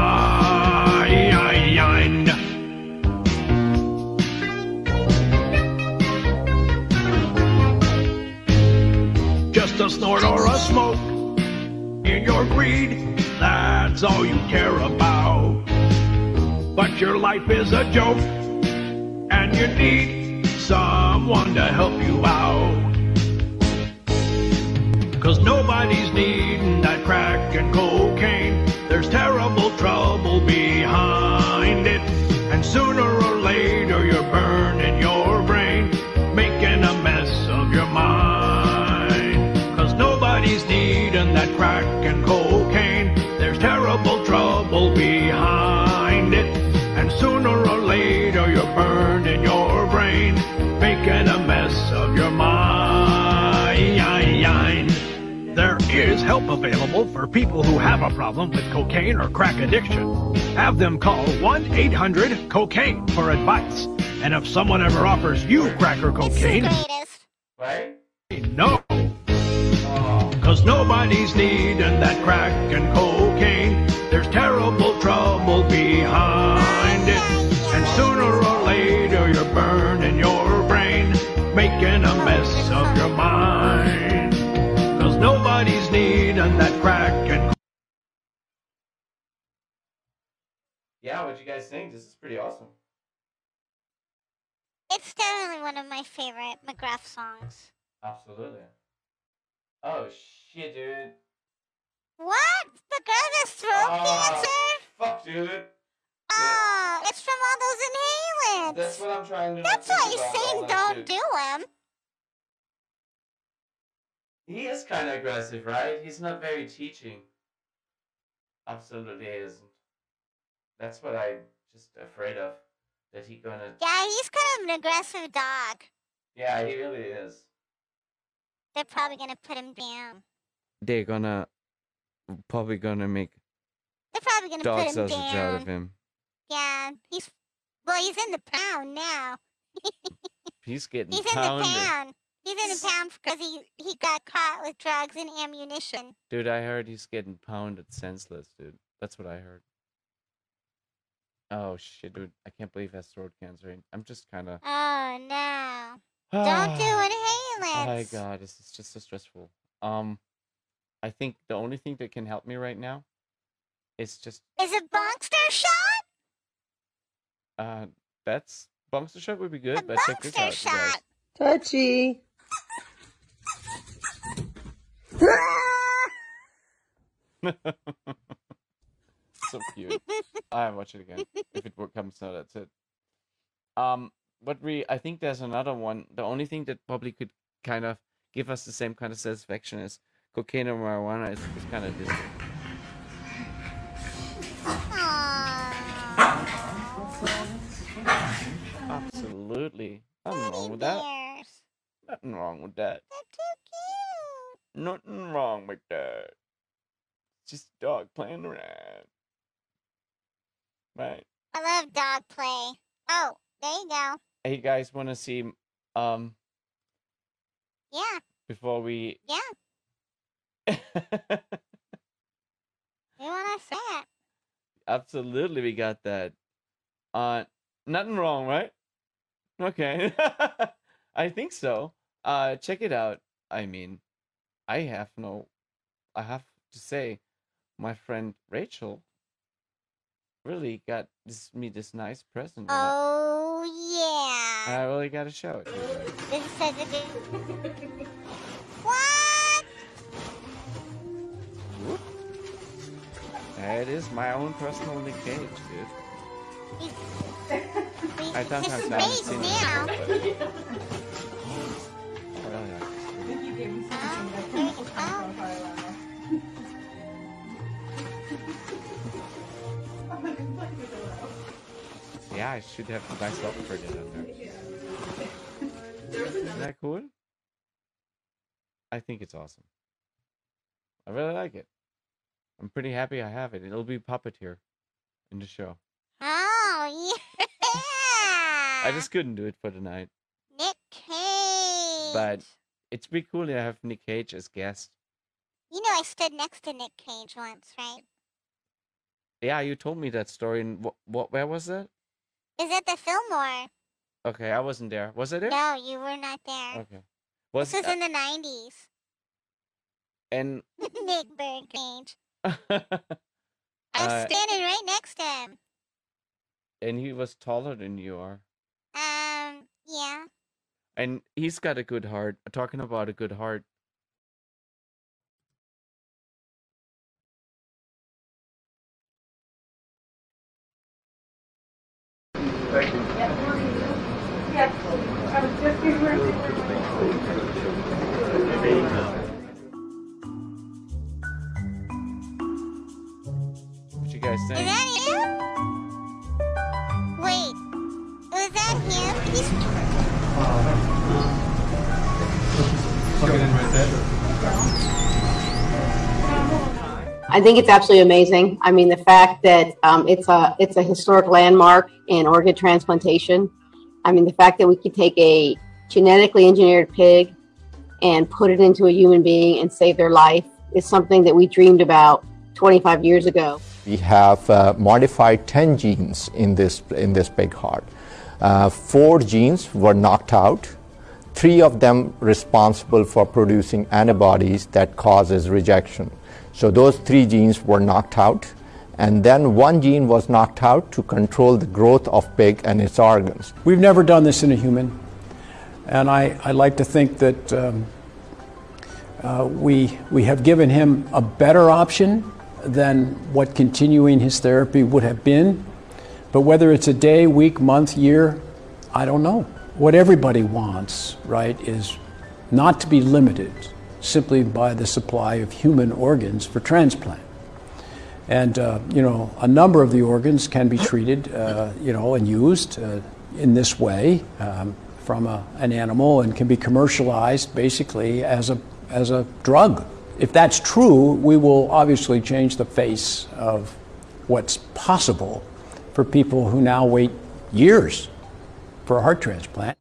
Just a snort or a smoke in your greed, that's all you care about. But your life is a joke, and you need someone to help you out. Cause nobody's needing that crack and cocaine. There's terrible trouble behind it. And sooner or later, you're burning your brain, making a mess of your mind. Cause nobody's needing that crack and cocaine. There's terrible trouble behind it. And sooner or later, you're burning your brain, making a mess of your mind. There is help available for people who have a problem with cocaine or crack addiction. Have them call 1 800 Cocaine for advice. And if someone ever offers you crack or It's the cocaine, greatest. Right? no. Oh, Cause nobody's needing that crack and cocaine. There's terrible trouble behind it. And sooner or later you're burning your brain, making a mess of your mind. Cause nobody's needing that crack and yeah, what you guys think? This is pretty awesome. It's definitely one of my favorite McGruff songs. Absolutely. Oh shit, dude. What? The girl that's throat Ah. cancer? Fuck, dude. Oh, it's from all those That's inhalants. what I'm trying to. That's think why he's about all saying that don't shit. do them. He is kind of aggressive, right? He's not very teaching. Absolutely isn't. That's what I'm just afraid of. That he gonna. Yeah, he's kind of an aggressive dog. Yeah, he really is. They're probably gonna put him down. They're gonna probably gonna make They're probably gonna dog put him sausage out of down. him. Yeah, he's well, he's in the pound now. He's getting He's in the pounded. pound. He's in the pound because he he got caught with drugs and ammunition. Dude, I heard he's getting pounded senseless, dude. That's what I heard. Oh shit, dude! I can't believe he has throat cancer. I'm just kind of. Oh no. Don't do it, Oh my Halens. god, this is just so stressful. Um, I think the only thing that can help me right now is just Is it Bonkster shot? uh, that's bouncer shot would be A good, but check this Bonkster out, you guys. shot. Touchy. so cute. I haven't watched it again. If it wo- comes now, that's it. Um, but we, I think there's another one. The only thing that probably could kind of give us the same kind of satisfaction is cocaine or marijuana. Is, is kind of this. Absolutely, nothing wrong Teddy with that. bears. Nothing wrong with that. They're too cute. Nothing wrong with that. It's just a dog playing around. Right. I love dog play. Oh, there you go. Hey guys, want to see um Yeah. before we Yeah. yeah We want to see it. absolutely we got that uh nothing wrong right okay i think so uh check it out i mean i have no i have to say my friend rachel really got this me this nice present right? Oh, and yeah. i really gotta show it to you guys. This is such a good. What? Whoop. There it is my own personal Nick Cage, dude We- I don't this have is time to great see now. I really like this dude. Oh, there you go. Yeah, I should have myself for dinner there. Isn't that cool? I think it's awesome. I really like it. I'm pretty happy I have it. It'll be puppet here in the show. Oh, yeah. I just couldn't do it for tonight. Nick Cage. But- It's pretty cool to have Nick Cage as guest. you know, I stood next to Nick Cage once, right? Yeah, you told me that story. And what? What? Where was that? Is it the Fillmore? Okay, I wasn't there. Was I there? No, you were not there. Okay. Was This was uh, in the nineties. and Nick Bird Cage. I was uh, standing right next to him. and he was taller than you are. Um, yeah. And he's got a good heart. Talking about a good heart. What you guys Is think? that him? Wait, was that him? He's I think it's absolutely amazing. I mean, the fact that um, it's a it's a historic landmark in organ transplantation. I mean, the fact that we could take a genetically engineered pig and put it into a human being and save their life is something that we dreamed about 25 years ago. We have uh, modified 10 genes in this, in this big heart. Uh, four genes were knocked out, three of them responsible for producing antibodies that causes rejection. So those three genes were knocked out, and then one gene was knocked out to control the growth of pig and its organs. We've never done this in a human, and I, I like to think that um, uh, we, we have given him a better option than what continuing his therapy would have been. But whether it's a day, week, month, year, I don't know. What everybody wants, right, is not to be limited simply by the supply of human organs for transplant. And, uh, you know, a number of the organs can be treated, uh, you know, and used uh, in this way um, from a, an animal and can be commercialized basically as a, as a drug. If that's true, we will obviously change the face of what's possible for people who now wait years for a heart transplant.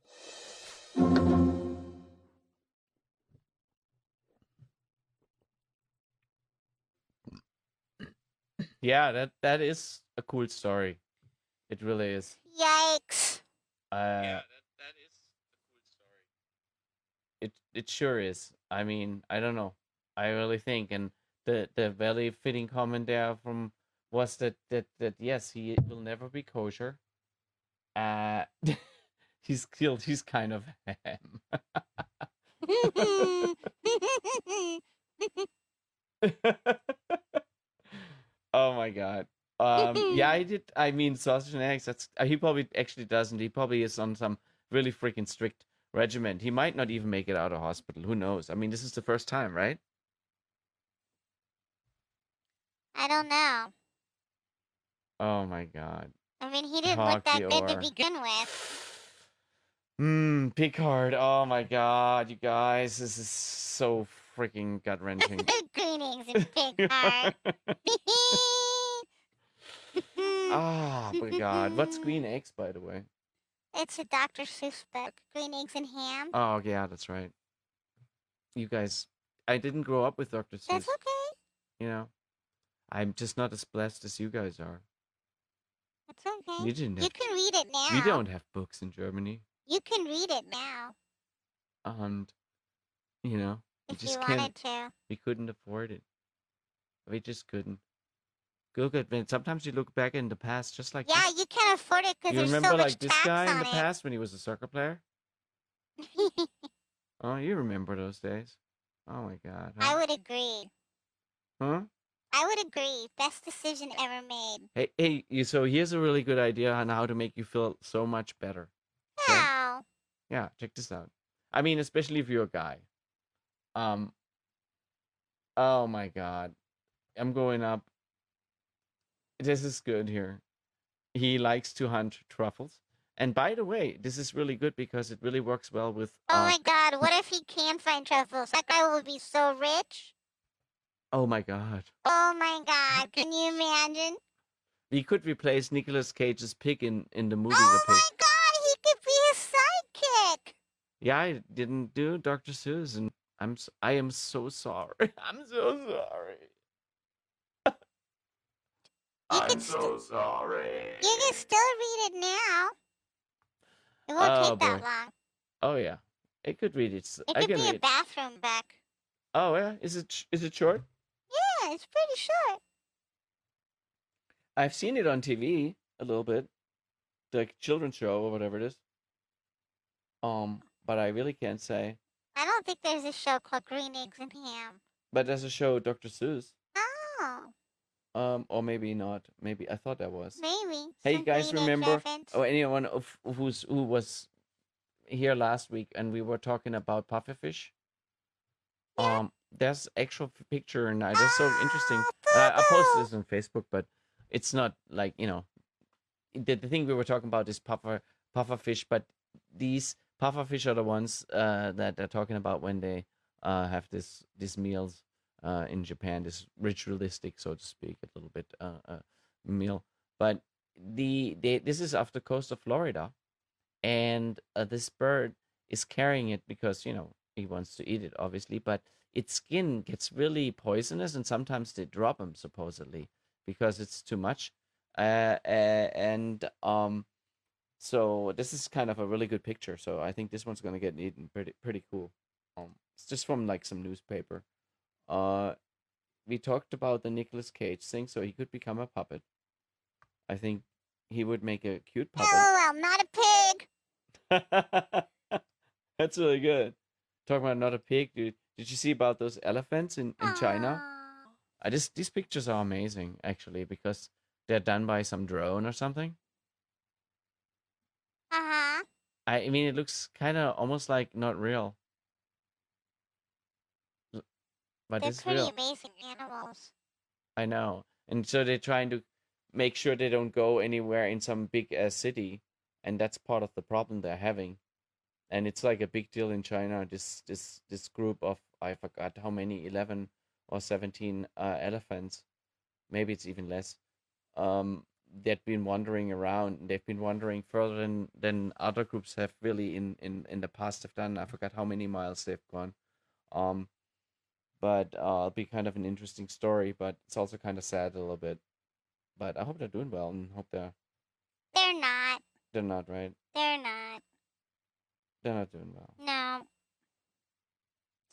Yeah, that that is a cool story. It really is. Yikes. Uh, yeah, that, that is a cool story. it it sure is. I mean, I don't know. I really think, and the the very fitting comment there from was that that that yes, he will never be kosher. Uh, he's killed. He's kind of ham. oh my god. Um, yeah, I did. I mean, sausage and eggs. That's uh, he probably actually doesn't. He probably is on some really freaking strict regiment. He might not even make it out of hospital. Who knows? I mean, this is the first time, right? I don't know. Oh my god. I mean, he didn't look that good to Cocky or- begin with. Mmm, Picard. Oh my god, you guys, this is so freaking gut wrenching. Greetings, Uh, big heart. Ah, my god. What's green eggs, by the way? it's a Dr. Seuss book, Green Eggs and Ham. Oh yeah, that's right. You guys, I didn't grow up with Doctor Seuss. That's okay. You know, I'm just not as blessed as you guys are. That's okay. You didn't. You Have, can read it now. we don't have books in Germany, You can read it now and you know, we if you just wanted can't. to. We couldn't afford it. We just couldn't. Look at man. Sometimes you look back in the past, just like Yeah, this. you can't afford it because You there's remember so much like this tax guy in on the it. past when he was a soccer player? Oh, you remember those days? Oh my God. I Huh? would agree. Huh? I would agree. Best decision ever made. Hey, hey. You, so here's a really good idea on how to make you feel so much better. Okay. Wow. Yeah, check this out. I mean, especially if you're a guy. Um. Oh my God, I'm going up. This is good here. He likes to hunt truffles, and by the way, this is really good because it really works well with. Oh uh, my god, what if he can find truffles? That guy will be so rich. oh my God. Oh my god, can you imagine? We could replace Nicolas Cage's pig in in the movie Oh The Pig. my god, he could be his sidekick. Yeah, I didn't do Dr. Seuss, and I'm s- I am so sorry. I'm so sorry. You I'm could st- so sorry. you can still read it now. It won't Oh, take that boy. long. Oh yeah, I could read it. s- It I could can be read. a bathroom book. Oh yeah, is it sh- is it short? Yeah, it's pretty short. I've seen it on TV a little bit, the children's show or whatever it is. Um, but I really can't say. I don't think there's a show called Green Eggs and Ham. But there's a show Dr. Seuss. Oh, Um, or maybe not. Maybe I thought there was. maybe. Hey, some guys, Green Eggs remember- Oh, reference. or anyone of who's who was here last week and we were talking about pufferfish. Yeah. Um, there's actual f- picture and I that's so interesting. Oh, I, I Bobo. posted this on Facebook, but it's not like you know, the, the thing we were talking about is puffer pufferfish, but these pufferfish are the ones uh, that they're talking about when they uh, have this these meals uh, in Japan, this ritualistic, so to speak, a little bit uh, uh, meal. But the they, this is off the coast of Florida, and uh, this bird is carrying it because you know he wants to eat it, obviously. But its skin gets really poisonous, and sometimes they drop him supposedly because it's too much. Uh, uh, and um, so this is kind of a really good picture. So I think this one's gonna get eaten. Pretty pretty cool. Um, it's just from like some newspaper. Uh, we talked about the Nicolas Cage thing, so he could become a puppet. I think he would make a cute puppet. LOL, not a pig. That's really good. Talking about not a pig, dude. Did you see about those elephants in, in China? Aw. I just these pictures are amazing actually because they're done by some drone or something. Uh-huh. I I mean, it looks kind of almost like not real, L- but They're it's pretty real. amazing animals. I know, and so they're trying to make sure they don't go anywhere in some big uh, city, and that's part of the problem they're having. And it's like a big deal in China. This this this group of I forgot how many eleven or seventeen uh, elephants, maybe it's even less. Um, they've been wandering around. and They've been wandering further than than other groups have really in in in the past have done. I forgot how many miles they've gone. Um, but uh, it'll be kind of an interesting story. But it's also kind of sad a little bit. But I hope they're doing well and hope they're They're not. They're not, right? They're not. They're not doing well. No.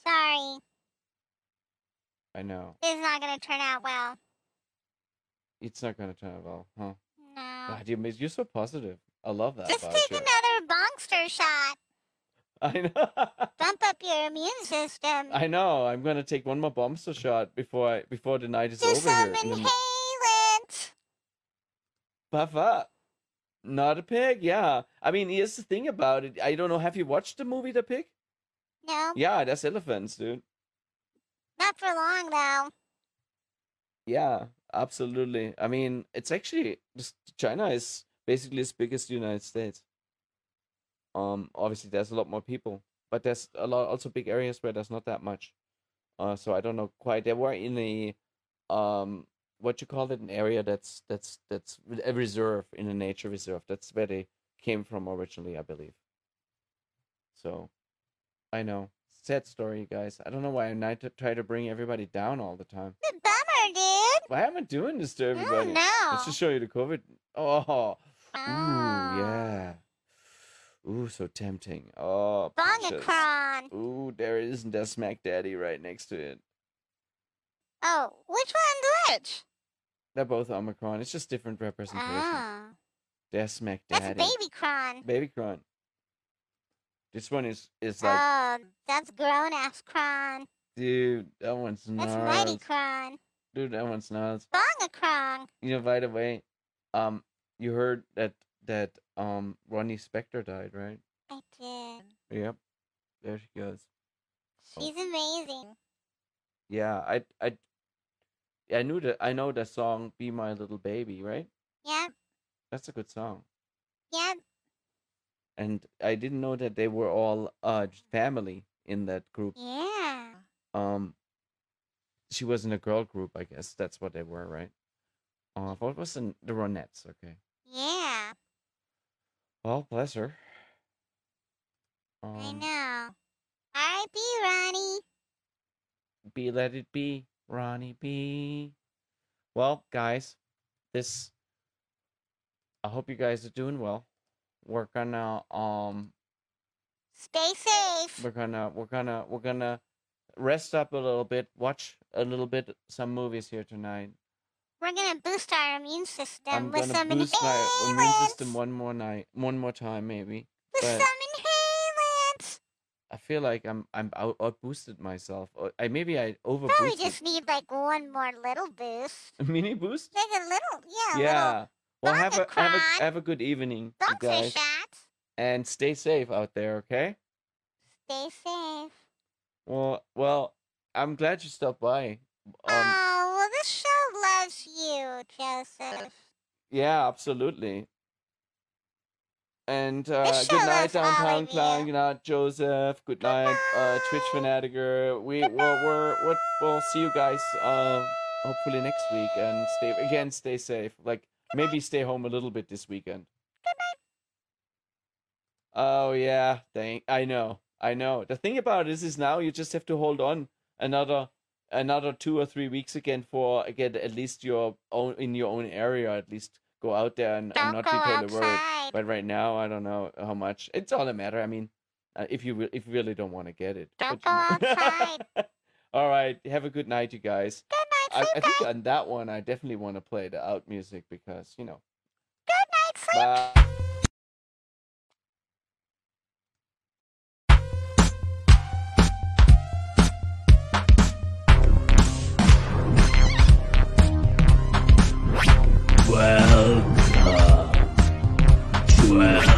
Sorry. I know. This is not going to turn out well. It's not going to turn out well, huh? No. God, you're, amaz- you're so positive. I love that Uh. Just about take you. another bonkster shot. I know. Bump up your immune system. I know. I'm gonna take one more bombster shot before I, before the night is Do over some here. and then inhalant. Buff up. Not a pig. Yeah. I mean, here's the thing about it. I don't know. Have you watched the movie The Pig? No, Yeah, that's elephants, dude. not for long though. Yeah, absolutely. I mean, it's actually just China is basically as big as the United States. Um, obviously there's a lot more people, but there's a lot also big areas where there's not that much. Uh, so I don't know quite. They were in a, um, what you call it, an area that's that's that's a reserve in a nature reserve. That's where they came from originally, I believe. So, I know. Sad story, you guys. I don't know why I ni- try to bring everybody down all the time. Good bummer, dude. Why am I doing this to everybody? Oh no. Let's just show you the COVID. Oh, ooh, Oh. yeah. Ooh, so tempting. Oh, precious. Bongacron. Ooh, there isn't a smack daddy right next to it. Oh, which one's which? They're both Omicron. It's just different representation. Ah, They're smack that's daddy. baby cron. Baby cron. This one is is like, Oh, that's grown ass cron. dude, that one's That's not. mighty cron. Dude, that one's not. Bongacron. You know, by the way, um, you heard that that um Ronnie Spector died, right? I Oh. did. Yep. There she goes. She's amazing. Yeah, I I I knew that I know the song "Be My Little Baby," right? Yep, That's a good song. yep. And I didn't know that they were all uh j- family in that group. Yeah. Um she was in a girl group, I guess. That's what they were, right? Uh what was in the Ronettes, okay. Yeah. Well, bless her. Um, I know. R.I.P. Ronnie. Be let it be, Ronnie B. Well, guys, this. I hope you guys are doing well. We're gonna um, Stay safe. we're gonna we're gonna we're gonna rest up a little bit, watch a little bit some movies here tonight. We're gonna boost our immune system I'm with gonna some boost my immune inhalants. system one more night, one more time maybe. but- with some inhalants. I feel like I'm I'm out, out boosted myself. Or I maybe I over Probably boosted. just need like one more little boost. mini boost. Like a little, yeah, a little Yeah. Well, have a have Bongacron. a have a good evening, you boxer guys. shot. and stay safe out there, okay? Stay safe. Well, well, I'm glad you stopped by. Um, oh, well, this show loves you, Joseph. yeah, absolutely. And uh, show good night, loves all of downtown you. clown. Good night, Joseph. Good night, uh, Twitch Goodbye. fanatiger. We we're, we're, we're, we'll see you guys uh, hopefully next week. And stay again, stay safe. Like maybe stay home a little bit this weekend. Oh yeah, thank I know. I know. The thing about this is now you just have to hold on another another two or three weeks again for again at least your own in your own area at least go out there and, and Don't not go be totally worried. outside. But right now I don't know how much. It's all a matter. I mean, uh, if you re- if you really don't want to get it. Don't but you go outside. all right. Have a good night, you guys. Good night, I, I sleep think tight. on that one I definitely want to play the out music because you know. Good night, sleep Bye. Welcome to